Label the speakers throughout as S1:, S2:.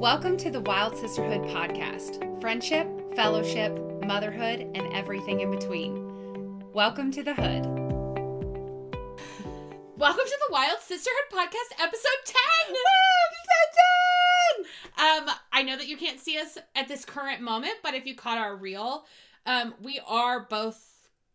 S1: Welcome to the Wild Sisterhood podcast friendship, fellowship, motherhood, and everything in between. Welcome to the hood.
S2: Welcome to the Wild Sisterhood podcast, episode 10.
S1: Episode
S2: Um, I know that you can't see us at this current moment, but if you caught our reel, um, we are both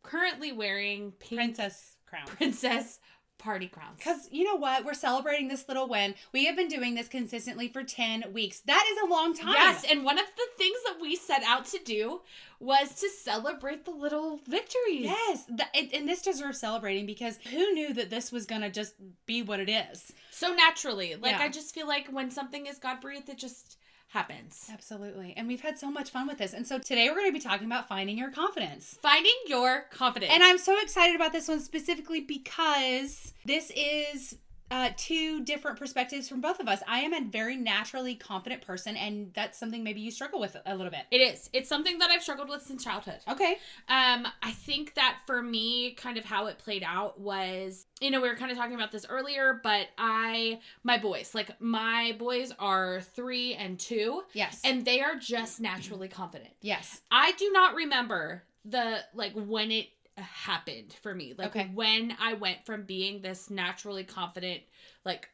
S2: currently wearing pink
S1: Princess Crown.
S2: princess party crowns.
S1: Because you know what? We're celebrating this little win. We have been doing this consistently for 10 weeks. That is a long time.
S2: Yes, and one of the things that we set out to do was to celebrate the little victories.
S1: Yes. Th- and, and this deserves celebrating because who knew that this was going to just be what it is?
S2: So naturally, like
S1: Yeah.
S2: I just feel like when something is God breathed, it just happens.
S1: Absolutely. And we've had so much fun with this. And so today we're going to be talking about finding your confidence.
S2: Finding your confidence.
S1: And I'm so excited about this one specifically because this is uh, two different perspectives from both of us. I am a very naturally confident person, and that's something maybe you struggle with a little bit.
S2: it is. It's something that I've struggled with since childhood.
S1: Okay.
S2: Um, I think that for me, kind of how it played out was, you know, we were kind of talking about this earlier, but I, my boys, like my boys are three and two,
S1: Yes.
S2: and they are just naturally confident.
S1: yes.
S2: I do not remember the, like, when it happened for me, like,
S1: Okay.
S2: when I went from being this naturally confident, like,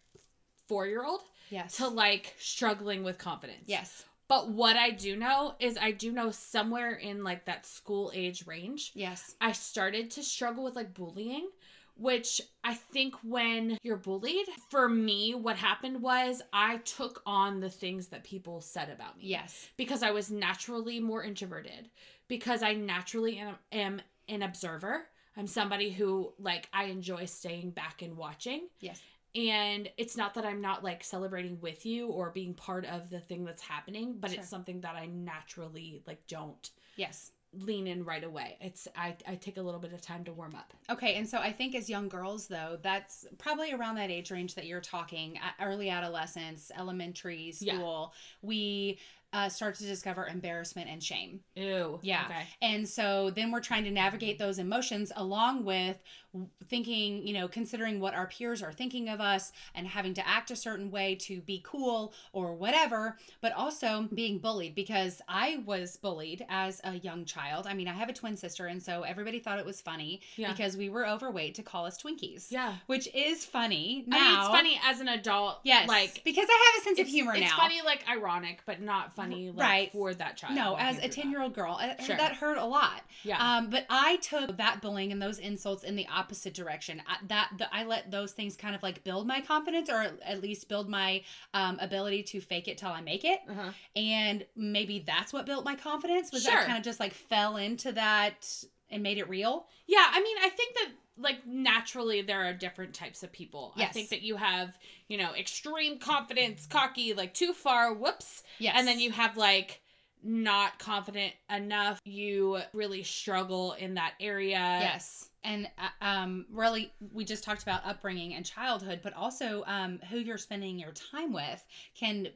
S2: four year old
S1: Yes.
S2: to, like, struggling with confidence.
S1: yes.
S2: But what I do know is I do know somewhere in, like, that school age range.
S1: Yes.
S2: I started to struggle with like bullying, which I think when you're bullied, for me, what happened was I took on the things that people said about me.
S1: Yes.
S2: Because I was naturally more introverted, because I naturally am, am an observer. I'm somebody who, like, I enjoy staying back and watching.
S1: Yes.
S2: And it's not that I'm not, like, celebrating with you or being part of the thing that's happening, but
S1: Sure.
S2: it's something that I naturally, like, don't
S1: Yes.
S2: lean in right away. It's I, I take a little bit of time to warm up.
S1: Okay, and so I think as young girls, though, that's probably around that age range that you're talking uh, early adolescence, elementary
S2: Yeah.
S1: school, we uh, start to discover embarrassment and shame.
S2: Ew.
S1: Yeah.
S2: Okay.
S1: And so then we're trying to navigate those emotions along with w- thinking, you know, considering what our peers are thinking of us and having to act a certain way to be cool or whatever, but also being bullied because I was bullied as a young child. I mean, I have a twin sister, and so everybody thought it was funny
S2: Yeah.
S1: because we were overweight to call us Twinkies,
S2: yeah.
S1: which is funny now.
S2: I mean, it's funny as an adult.
S1: Yes.
S2: Like
S1: because I have a sense of
S2: it's-
S1: humor
S2: it's
S1: now.
S2: funny, like ironic, but not funny, like
S1: Right.
S2: for that child.
S1: No,
S2: walking
S1: as a
S2: through
S1: 10 year old girl, uh,
S2: Sure.
S1: that hurt a lot.
S2: that. Yeah.
S1: Um, but I took that bullying and those insults in the opposite direction. I, that the, I let those things kind of like build my confidence, or at least build my um, ability to fake it till I make it.
S2: Uh-huh.
S1: And maybe that's what built my confidence. Was I
S2: Sure.
S1: kind of just like fell into that and made it real?
S2: Yeah, I mean, I think that like naturally there are different types of people. I
S1: Yes.
S2: think that you have, you know, extreme confidence, cocky, like too far, whoops.
S1: Yes.
S2: And then you have like not confident enough. You really struggle in that area.
S1: yes. And uh, um, really, we just talked about upbringing and childhood, but also um, who you're spending your time with can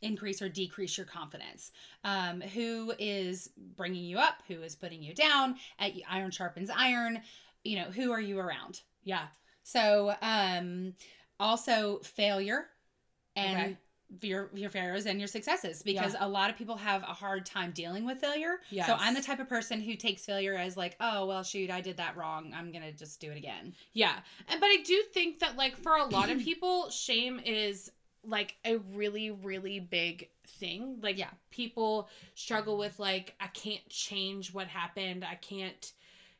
S1: increase or decrease your confidence. Um, who is bringing you up? Who is putting you down? At, iron sharpens iron. You know, who are you around?
S2: Yeah.
S1: So, um, also failure and.
S2: Okay.
S1: Your your failures and your successes because a lot of people have a hard time dealing with failure. So
S2: Yes.
S1: I'm the type of person who takes failure as like, oh well, shoot, I did that wrong. I'm gonna just do it again.
S2: Yeah. And but I do think that like for a lot of people, shame is like a really, really big thing. Like
S1: Yeah.
S2: people struggle with like, I can't change what happened. I can't,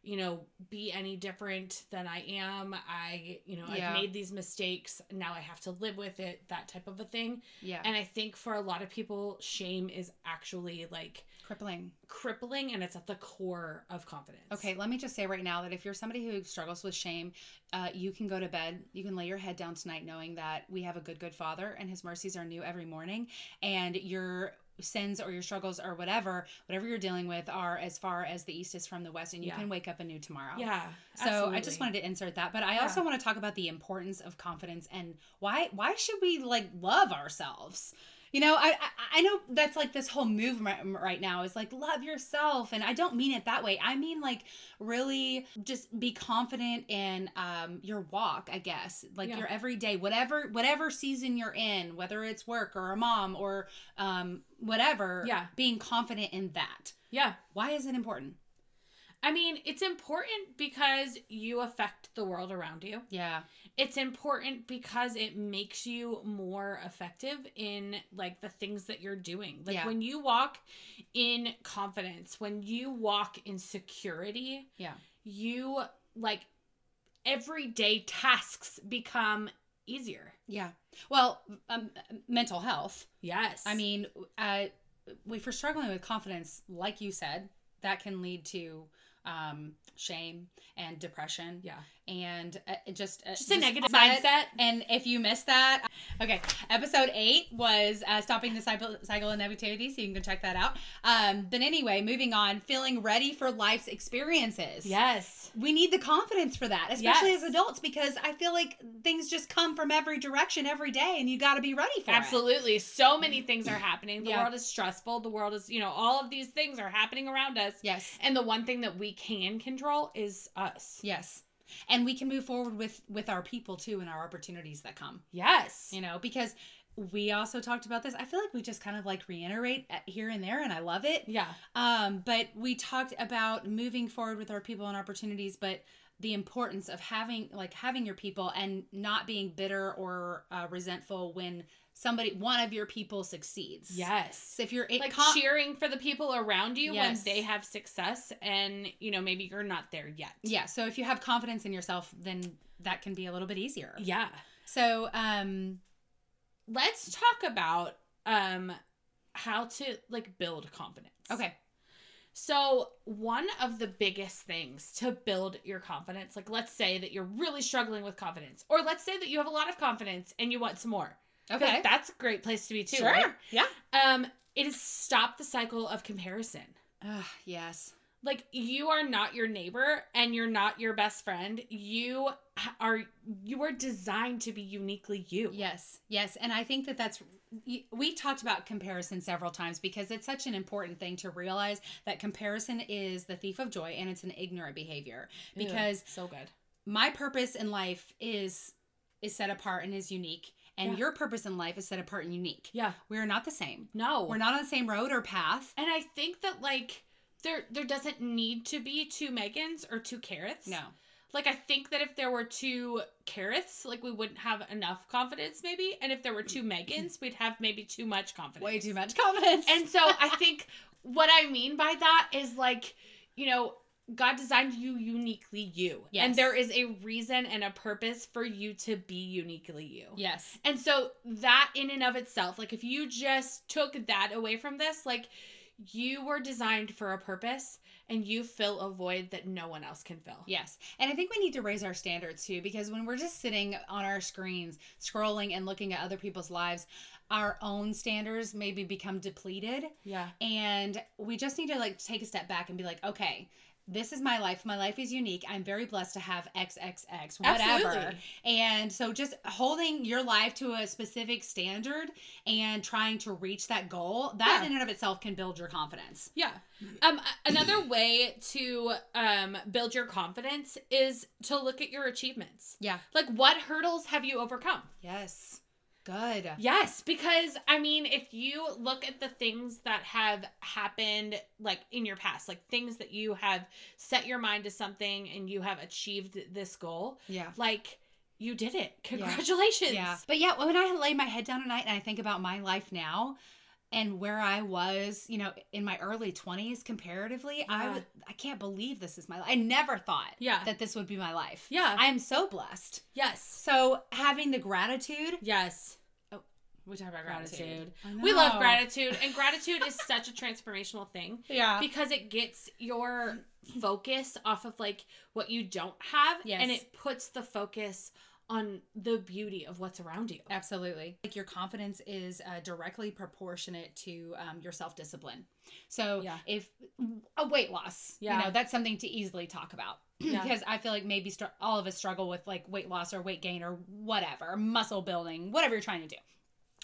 S2: you know, be any different than I am. I, you know,
S1: Yeah.
S2: I've made these mistakes. Now I have to live with it, that type of a thing.
S1: Yeah,
S2: And I think for a lot of people, shame is actually like
S1: crippling.
S2: crippling and it's at the core of confidence.
S1: Okay, let me just say right now that if you're somebody who struggles with shame, uh, you can go to bed. You can lay your head down tonight knowing that we have a good, good Father and His mercies are new every morning. And your sins or your struggles or whatever, whatever you're dealing with, are as far as the East is from the West, and you
S2: Yeah.
S1: can wake up anew tomorrow.
S2: Yeah.
S1: So I just
S2: absolutely.
S1: wanted to insert that, but I
S2: Yeah.
S1: also want to talk about the importance of confidence and why why should we like love ourselves? You know, I, I I know that's like this whole movement right now is like love yourself, and I don't mean it that way. I mean like really just be confident in um your walk, I guess, like
S2: Yeah.
S1: your everyday, whatever whatever season you're in, whether it's work or a mom or um whatever.
S2: Yeah.
S1: being confident in that.
S2: Yeah.
S1: Why is it important?
S2: I mean, it's important because you affect the world around you.
S1: Yeah,
S2: It's important because it makes you more effective in like the things that you're doing. Like
S1: Yeah.
S2: when you walk in confidence, when you walk in security,
S1: Yeah.
S2: You like everyday tasks become easier.
S1: yeah. Well, um, mental health.
S2: Yes.
S1: I mean, uh, if we're struggling with confidence, like you said, that can lead to um, shame and depression
S2: yeah.
S1: and uh, just uh,
S2: Just a negative
S1: mindset.
S2: mindset.
S1: And if you missed that, okay, episode eight was uh, stopping the cycle, cycle of negativity, so you can go check that out. Um, but anyway, moving on, feeling ready for life's experiences.
S2: Yes.
S1: We need the confidence for that, especially
S2: Yes.
S1: as adults, because I feel like things just come from every direction every day, and you got to be ready for it.
S2: Absolutely. So many things are happening. The
S1: Yeah.
S2: world is stressful. The world is, you know, all of these things are happening around us.
S1: Yes.
S2: And the one thing that we can control is us.
S1: Yes. And we can move forward with with our people too and our opportunities that come.
S2: Yes.
S1: You know, because we also talked about this. I feel like we just kind of like reiterate at- here and there and I love it.
S2: Yeah.
S1: Um but we talked about moving forward with our people and opportunities but the importance of having like having your people and not being bitter or uh, resentful when somebody one of your people succeeds.
S2: Yes.
S1: So if you're it
S2: Like
S1: con-
S2: cheering for the people around you
S1: Yes.
S2: when they have success and, you know, maybe you're not there yet.
S1: yeah, so if you have confidence in yourself then that can be a little bit easier.
S2: Yeah.
S1: So um
S2: Let's talk about um how to like build confidence.
S1: okay.
S2: So, one of the biggest things to build your confidence, like let's say that you're really struggling with confidence, or let's say that you have a lot of confidence and you want some more. 'Cause
S1: Okay.
S2: That's a great place to be too, right?
S1: Yeah.
S2: Um, it is stop the cycle of comparison.
S1: Ugh, yes.
S2: Like you are not your neighbor and you're not your best friend. You h- are you are designed to be uniquely you.
S1: Yes. Yes. And I think that that's y- we've talked about comparison several times because it's such an important thing to realize that comparison is the thief of joy and it's an ignorant behavior
S2: Ew,
S1: because
S2: so good.
S1: my purpose in life is is set apart and is unique and
S2: Yeah.
S1: your purpose in life is set apart and unique.
S2: Yeah.
S1: We are not the same.
S2: No.
S1: We're not on the same road or path.
S2: and I think that like there there doesn't need to be two Megans or two carrots.
S1: No.
S2: Like I think that if there were two carrots, like we wouldn't have enough confidence maybe, and if there were two Megans, we'd have maybe too much confidence.
S1: Mm. Way too much confidence.
S2: And so I think what I mean by that is like, you know, God designed you uniquely you.
S1: Yes.
S2: And there is a reason and a purpose for you to be uniquely you.
S1: yes.
S2: And so that in and of itself, like if you just took that away from this, like you were designed for a purpose and you fill a void that no one else can fill.
S1: Yes. And I think we need to raise our standards too because when we're just sitting on our screens scrolling and looking at other people's lives, our own standards maybe become depleted
S2: Yeah.
S1: and we just need to like take a step back and be like, okay, this is my life. My life is unique. I'm very blessed to have XXX, whatever.
S2: Absolutely.
S1: And so just holding your life to a specific standard and trying to reach that goal, that
S2: Yeah.
S1: in and of itself can build your confidence.
S2: Yeah. Um a- another way to um build your confidence is to look at your achievements.
S1: Yeah.
S2: Like what hurdles have you overcome?
S1: Yes. Good.
S2: Yes, because I mean, if you look at the things that have happened like in your past, like things that you have set your mind to something and you have achieved this goal,
S1: Yeah.
S2: like you did it. Congratulations.
S1: Yeah. But yeah, when I lay my head down at night and I think about my life now and where I was, you know, in my early 20s comparatively, I
S2: Yeah.
S1: would, I can't believe this is my life. I never thought
S2: Yeah.
S1: that this would be my life.
S2: Yeah.
S1: I am so blessed.
S2: yes.
S1: So having the gratitude,
S2: Yes.
S1: Oh, we talk about
S2: Gratitude.
S1: I
S2: We love
S1: know.
S2: gratitude, and gratitude is such a transformational thing
S1: Yeah.
S2: because it gets your focus off of like what you don't have
S1: Yes.
S2: and it puts the focus on the beauty of what's around you.
S1: Absolutely. Like your confidence is uh, directly proportionate to um, your self discipline. So
S2: Yeah.
S1: if a weight loss, you
S2: Yeah.
S1: know, that's something to easily talk about
S2: Yeah.
S1: because I feel like maybe str- all of us struggle with like weight loss or weight gain or whatever, muscle building, whatever you're trying to do.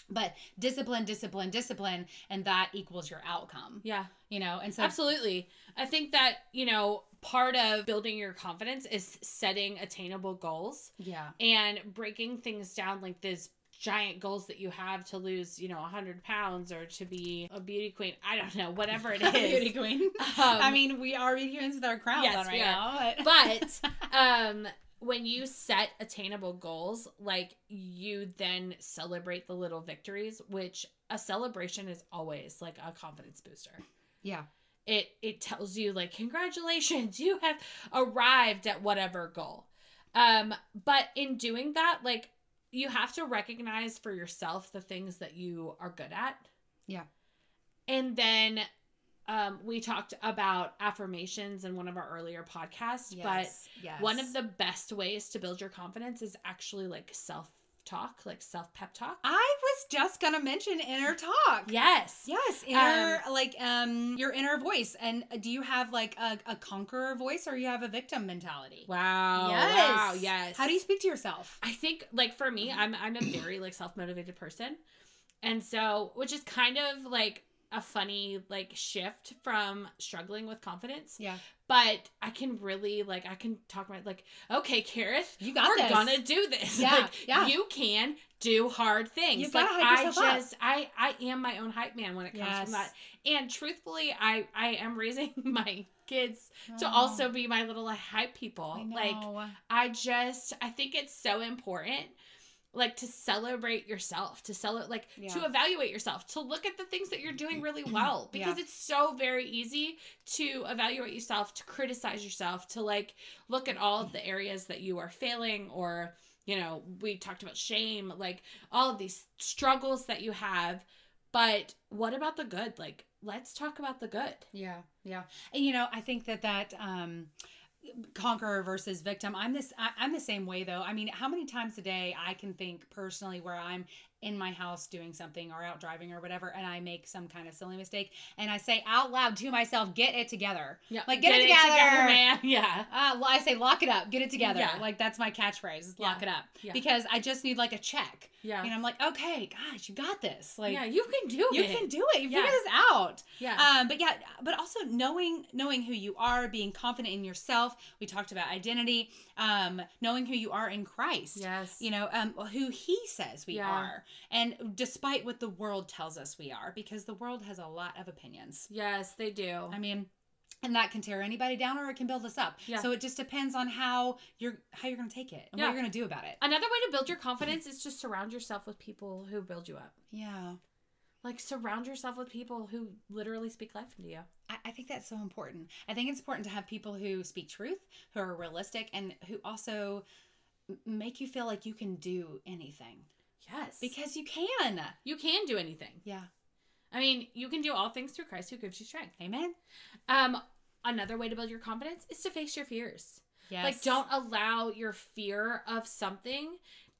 S1: but discipline discipline discipline and that equals your outcome
S2: Yeah.
S1: you know and so
S2: Absolutely. I think that, you know, part of building your confidence is setting attainable goals
S1: yeah
S2: and breaking things down like this giant goals that you have to lose, you know, 100 pounds or to be a beauty queen. I don't know, whatever it is.
S1: beauty queen
S2: Um,
S1: i mean we are beauty queens with our crowns
S2: yes,
S1: on right
S2: we are.
S1: now but,
S2: but um when you set attainable goals like you then celebrate the little victories which a celebration is always like a confidence booster
S1: yeah
S2: it it tells you like congratulations you have arrived at whatever goal um but in doing that like you have to recognize for yourself the things that you are good at
S1: Yeah.
S2: and then um we talked about affirmations in one of our earlier podcasts but
S1: yes, yes.
S2: one of the best ways to build your confidence is actually like self talk, like self pep talk.
S1: i was just gonna mention inner talk
S2: Yes.
S1: Yes, inner like um your inner voice. And uh, do you have like a, a conqueror voice or you have a victim mentality?
S2: Wow.
S1: Yes.
S2: Wow. Yes.
S1: How do you speak to yourself?
S2: I think like for me, I'm I'm a very like self motivated person, and so which is kind of like a funny like shift from struggling with confidence.
S1: Yeah.
S2: But I can really like I can talk about like okay, Kareth,
S1: You got
S2: we're
S1: this.
S2: gonna do this.
S1: Yeah,
S2: like,
S1: yeah.
S2: You can do hard things.
S1: You
S2: like
S1: gotta hype
S2: I
S1: yourself up.
S2: just I I am my own hype man when it comes
S1: Yes.
S2: from that. And truthfully, I I am raising my kids
S1: Oh.
S2: to also be my little hype people. Like I just I think it's so important like to celebrate yourself, to celebrate like
S1: Yeah.
S2: to evaluate yourself, to look at the things that you're doing really well because it's so very easy to evaluate yourself, to criticize yourself, to like look at all of the areas that you are failing or you know, we talked about shame, like all of these struggles that you have, but what about the good? Like let's talk about the good.
S1: Yeah, yeah. And you know, I think that that um conqueror versus victim. I'm this I, I'm the same way though. I mean, how many times a day I can think personally where I'm in my house doing something or out driving or whatever and I make some kind of silly mistake and I say out loud to myself, "Get it together."
S2: Yeah.
S1: Like, get it together.
S2: man. Yeah.
S1: Uh, well, I say lock it up, get it together.
S2: Yeah.
S1: Like that's my catchphrase. is Lock it up
S2: Yeah.
S1: because I just need like a check,
S2: Yeah.
S1: and I'm like, okay, gosh, you got this. Like
S2: yeah, you can do
S1: you
S2: it.
S1: can do it. You
S2: Yeah.
S1: figure this out.
S2: Yeah.
S1: Um, but yeah, but also knowing knowing who you are, being confident in yourself. We talked about identity. Um, knowing who you are in Christ.
S2: yes.
S1: You know, um, who He says we
S2: Yeah.
S1: are, and despite what the world tells us we are, because the world has a lot of opinions.
S2: yes, they do.
S1: I mean, and that can tear anybody down or it can build us up.
S2: Yeah.
S1: So it just depends on how you're how you're going to take it and
S2: Yeah.
S1: what you're going to do about it.
S2: Another way to build your confidence is to surround yourself with people who build you up.
S1: Yeah.
S2: Like surround yourself with people who literally speak life into you.
S1: I, I think that's so important. I think it's important to have people who speak truth, who are realistic and who also m- make you feel like you can do anything
S2: Yes. Because
S1: because you can.
S2: you can do anything.
S1: Yeah.
S2: I mean, you can do all things through Christ who gives you strength.
S1: Amen.
S2: Um another way to build your confidence is to face your fears.
S1: Yes.
S2: Like don't allow your fear of something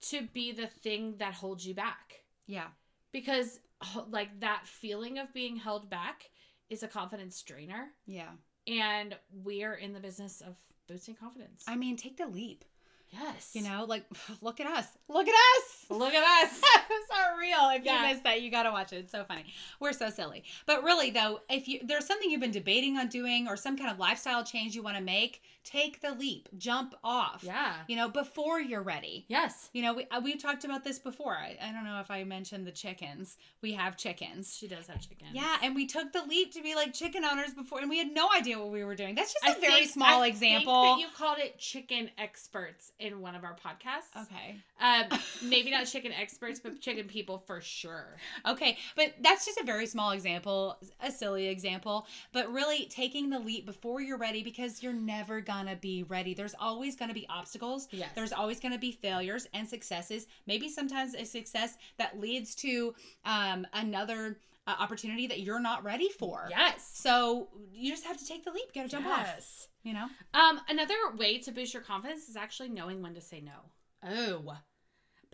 S2: to be the thing that holds you back.
S1: Yeah.
S2: because h- like that feeling of being held back is a confidence drainer
S1: Yeah.
S2: and we're in the business of boosting confidence
S1: I mean, take the leap.
S2: yes
S1: You know, like look at us. Look at us.
S2: look at us
S1: it's not real. If
S2: Yeah.
S1: you missed that, you gotta watch it. It's so funny. We're so silly. But really though, if you there's something you've been debating on doing or some kind of lifestyle change you want to make, take the leap. Jump off.
S2: yeah
S1: You know, before you're ready.
S2: yes
S1: You know, we uh, we talked about this before. I, I don't know if I mentioned the chickens. We have chickens.
S2: she does have chicken
S1: Yeah, and we took the leap to be like chicken owners before, and we had no idea what we were doing. That's just a
S2: a
S1: very small example.
S2: that you called it chicken experts in one of our podcasts
S1: okay.
S2: um maybe not chicken experts but chicken people for sure
S1: Okay, but that's just a very small example, a silly example, but really taking the leap before you're ready because you're never gonna be ready. There's always gonna be obstacles.
S2: yes
S1: There's always gonna be failures and successes. Maybe sometimes a success that leads to um, another uh, opportunity that you're not ready for.
S2: yes
S1: So you just have to take the leap, gotta jump off.
S2: Yes.
S1: You know?
S2: um another way to boost your confidence is actually knowing when to say no
S1: Oh.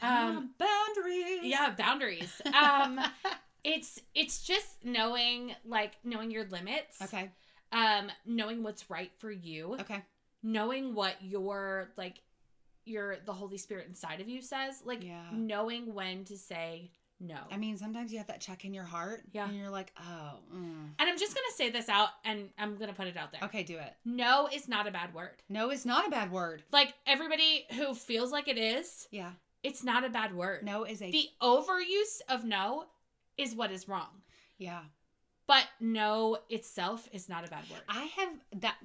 S2: Um,
S1: boundaries.
S2: yeah boundaries um it's it's just knowing like knowing your limits
S1: okay.
S2: um knowing what's right for you
S1: Okay.
S2: knowing what your like your the holy spirit inside of you says like
S1: Yeah.
S2: knowing when to say No.
S1: I mean, sometimes you have that check in your heart.
S2: Yeah.
S1: And you're like, oh, mm.
S2: and I'm just going to say this out and I'm going to put it out there.
S1: okay, do it.
S2: No is not a bad word.
S1: No is not a bad word.
S2: Like everybody who feels like it is,
S1: Yeah.
S2: it's not a bad word.
S1: No is a.
S2: The overuse of no is what is wrong.
S1: yeah.
S2: But no itself is not a bad word.
S1: I have that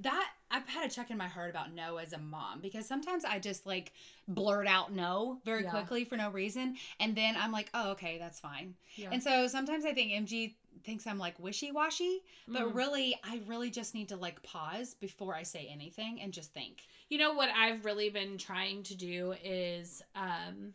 S1: that I've had a check in my heart about no as a mom because sometimes I just like blurt out no very
S2: Yeah.
S1: quickly for no reason and then I'm like, "Oh, okay, that's fine."
S2: Yeah.
S1: And so sometimes I think MG thinks I'm like wishy-washy, but
S2: Mhm.
S1: really I really just need to like pause before I say anything and just think.
S2: You know what I've really been trying to do is um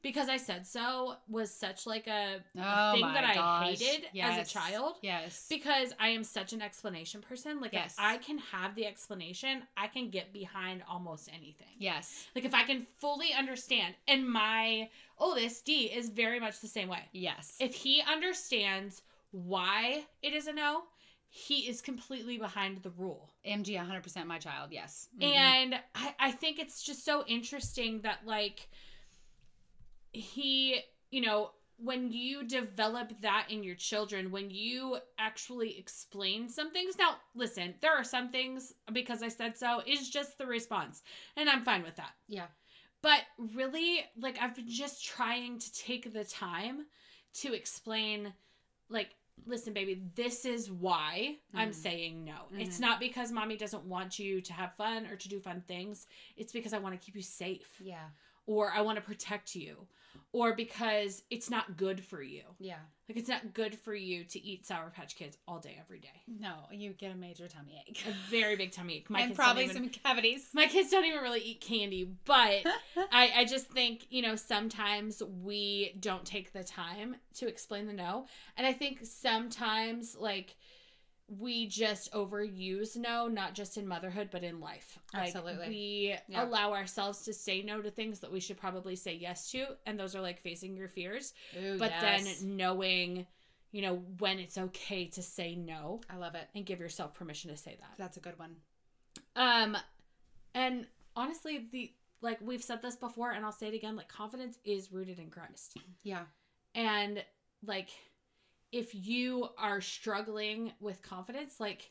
S2: because I said so was such like a
S1: Oh
S2: thing
S1: my
S2: that I
S1: gosh.
S2: hated as a
S1: Yes.
S2: child.
S1: Yes.
S2: because I am such an explanation person. Like
S1: Yes.
S2: if I can have the explanation, I can get behind almost anything.
S1: yes.
S2: Like if I can fully understand and my oldest D is very much the same way.
S1: Yes.
S2: If he understands why it is a no, he is completely behind the rule.
S1: MG 100% my child. Yes. Mhm.
S2: And I, I think it's just so interesting that, like, he, you know, when you develop that in your children, when you actually explain some things. Now, listen, there are some things because I said so is just the response, and I'm fine with that.
S1: Yeah.
S2: But really, like, I've been just trying to take the time to explain, like, listen, baby, this is why I'm
S1: Mhm.
S2: saying no. It's
S1: Mhm.
S2: not because mommy doesn't want you to have fun or to do fun things. It's because I want to keep you safe
S1: Yeah.
S2: or I want to protect you or because it's not good for you.
S1: Yeah.
S2: Like, it's not good for you to eat Sour Patch Kids all day, every day.
S1: No, you get a major tummy ache.
S2: A very big tummy ache. My
S1: and
S2: kids don't
S1: probably
S2: even-
S1: some cavities.
S2: my kids don't even really eat candy, but I, I just think, you know, sometimes we don't take the time to explain the no. And I think sometimes, like, we just overuse no, not just in motherhood, but in life. Like,
S1: Absolutely.
S2: We
S1: Yeah.
S2: allow ourselves to say no to things that we should probably say yes to. And those are like facing your fears,
S1: Ooh,
S2: but
S1: yes.
S2: then knowing, you know, when it's okay to say no
S1: I love it.
S2: and give yourself permission to say that.
S1: That's a good one.
S2: Um, and honestly, the like we've said this before, and I'll say it again: like confidence is rooted in Christ,
S1: Yeah.
S2: and like if you are struggling with confidence, like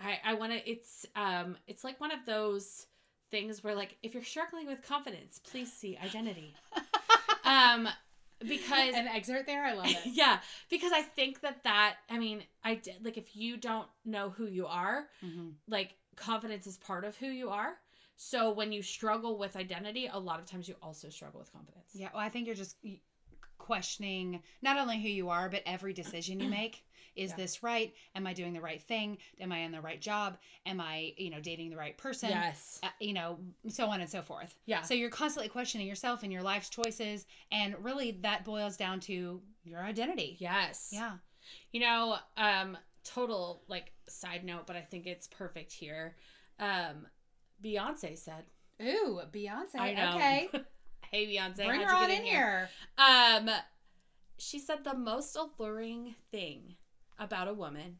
S2: I I want to. It's um, it's like one of those things where like if you're struggling with confidence, please see identity. um, because
S1: An excerpt there. I love it.
S2: yeah, because I think that that I mean I did like if you don't know who you are
S1: Mhm.
S2: like confidence is part of who you are. So when you struggle with identity, a lot of times you also struggle with confidence.
S1: Yeah. Well, I think you're just y- questioning not only who you are, but every decision you make. Is
S2: Yeah.
S1: this right? Am I doing the right thing? Am I in the right job? Am I, you know, dating the right person?
S2: Yes.
S1: Uh, you know, so on and so forth.
S2: Yeah.
S1: So you're constantly questioning yourself and your life's choices. And really, that boils down to your identity.
S2: Yes.
S1: Yeah.
S2: You know, um, total like side note, but I think it's perfect here. Um, Beyonce said,
S1: Ooh, Beyonce.
S2: I know.
S1: Okay.
S2: "Hey Beyonce,
S1: Bring her
S2: how'd you
S1: on
S2: get
S1: in here.
S2: Um, she said the most alluring thing about a woman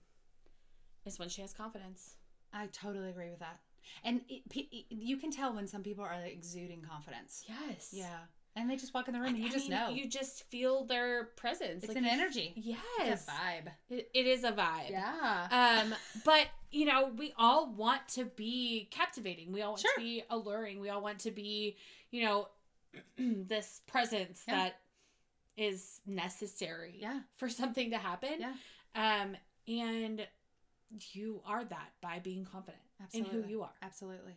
S2: is when she has confidence.
S1: I totally agree with that. And it, pe- it- you can tell when some people are like, exuding confidence.
S2: Yes.
S1: Yeah. And they just walk in the room and you
S2: I
S1: just
S2: mean,
S1: know.
S2: You just feel their presence.
S1: it's
S2: Like,
S1: an
S2: you
S1: energy.
S2: Yes.
S1: It's a vibe.
S2: It, it is a vibe.
S1: Yeah.
S2: Um, but you know, we all want to be captivating. We all want
S1: Sure.
S2: to be alluring. We all want to be, you know, this presence
S1: Yeah.
S2: that is necessary
S1: yeah.
S2: for something to happen.
S1: Yeah.
S2: Um, and you are that by being confident
S1: Absolutely.
S2: in who you are.
S1: Absolutely.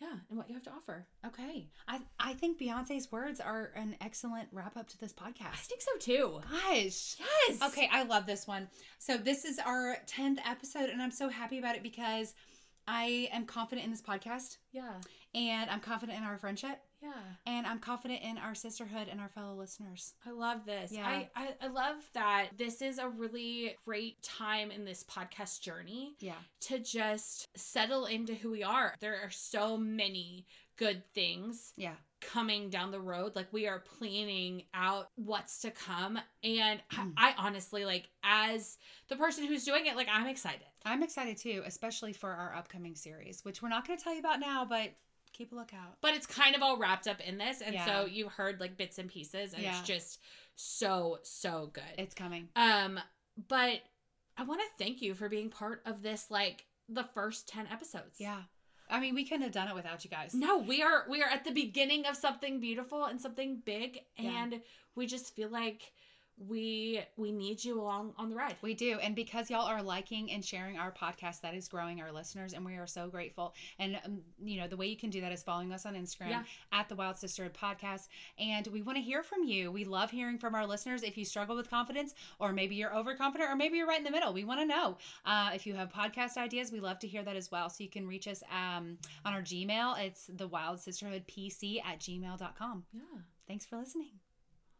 S2: Yeah, and what you have to offer.
S1: Okay. I, I think Beyonce's words are an excellent wrap up to this
S2: I
S1: podcast.
S2: think so too.
S1: Gosh.
S2: Yes.
S1: Okay, I love this one. So this is our 10th episode and I'm so happy about it because I am confident in this podcast
S2: Yeah.
S1: and I'm confident in our friendship
S2: Yeah.
S1: and I'm confident in our sisterhood and our fellow listeners.
S2: I love this.
S1: Yeah.
S2: I, I, I love that this is a really great time in this podcast journey
S1: Yeah.
S2: to just settle into who we are. There are so many good things
S1: Yeah.
S2: coming down the road. Like we are planning out what's to come. And
S1: Mm.
S2: I, I honestly, like, as the person who's doing it, like, I'm excited.
S1: I'm excited too, especially for our upcoming series, which we're not going to tell you about now, but Keep a lookout.
S2: but it's kind of all wrapped up in this and
S1: Yeah.
S2: so you heard like bits and pieces and
S1: Yeah.
S2: it's just so so good
S1: It's coming.
S2: um but i want to thank you for being part of this like the first 10 episodes
S1: Yeah. I mean, we couldn't have done it without you guys.
S2: no we are we are at the beginning of something beautiful and something big
S1: Yeah.
S2: and we just feel like we we need you along on the ride
S1: We do. And because y'all are liking and sharing our podcast, that is growing our listeners. And we are so grateful. And, um, you know, the way you can do that is following us on Instagram
S2: Yeah.
S1: at the Wild Sisterhood Podcast. And we want to hear from you. We love hearing from our listeners. If you struggle with confidence, or maybe you're overconfident, or maybe you're right in the middle, we want to know. Uh, if you have podcast ideas, we love to hear that as well. So you can reach us um, on our Gmail. It's the Wild Sisterhood PC at gmail.com.
S2: yeah
S1: Thanks for listening.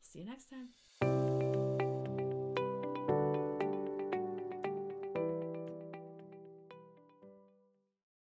S2: see you next time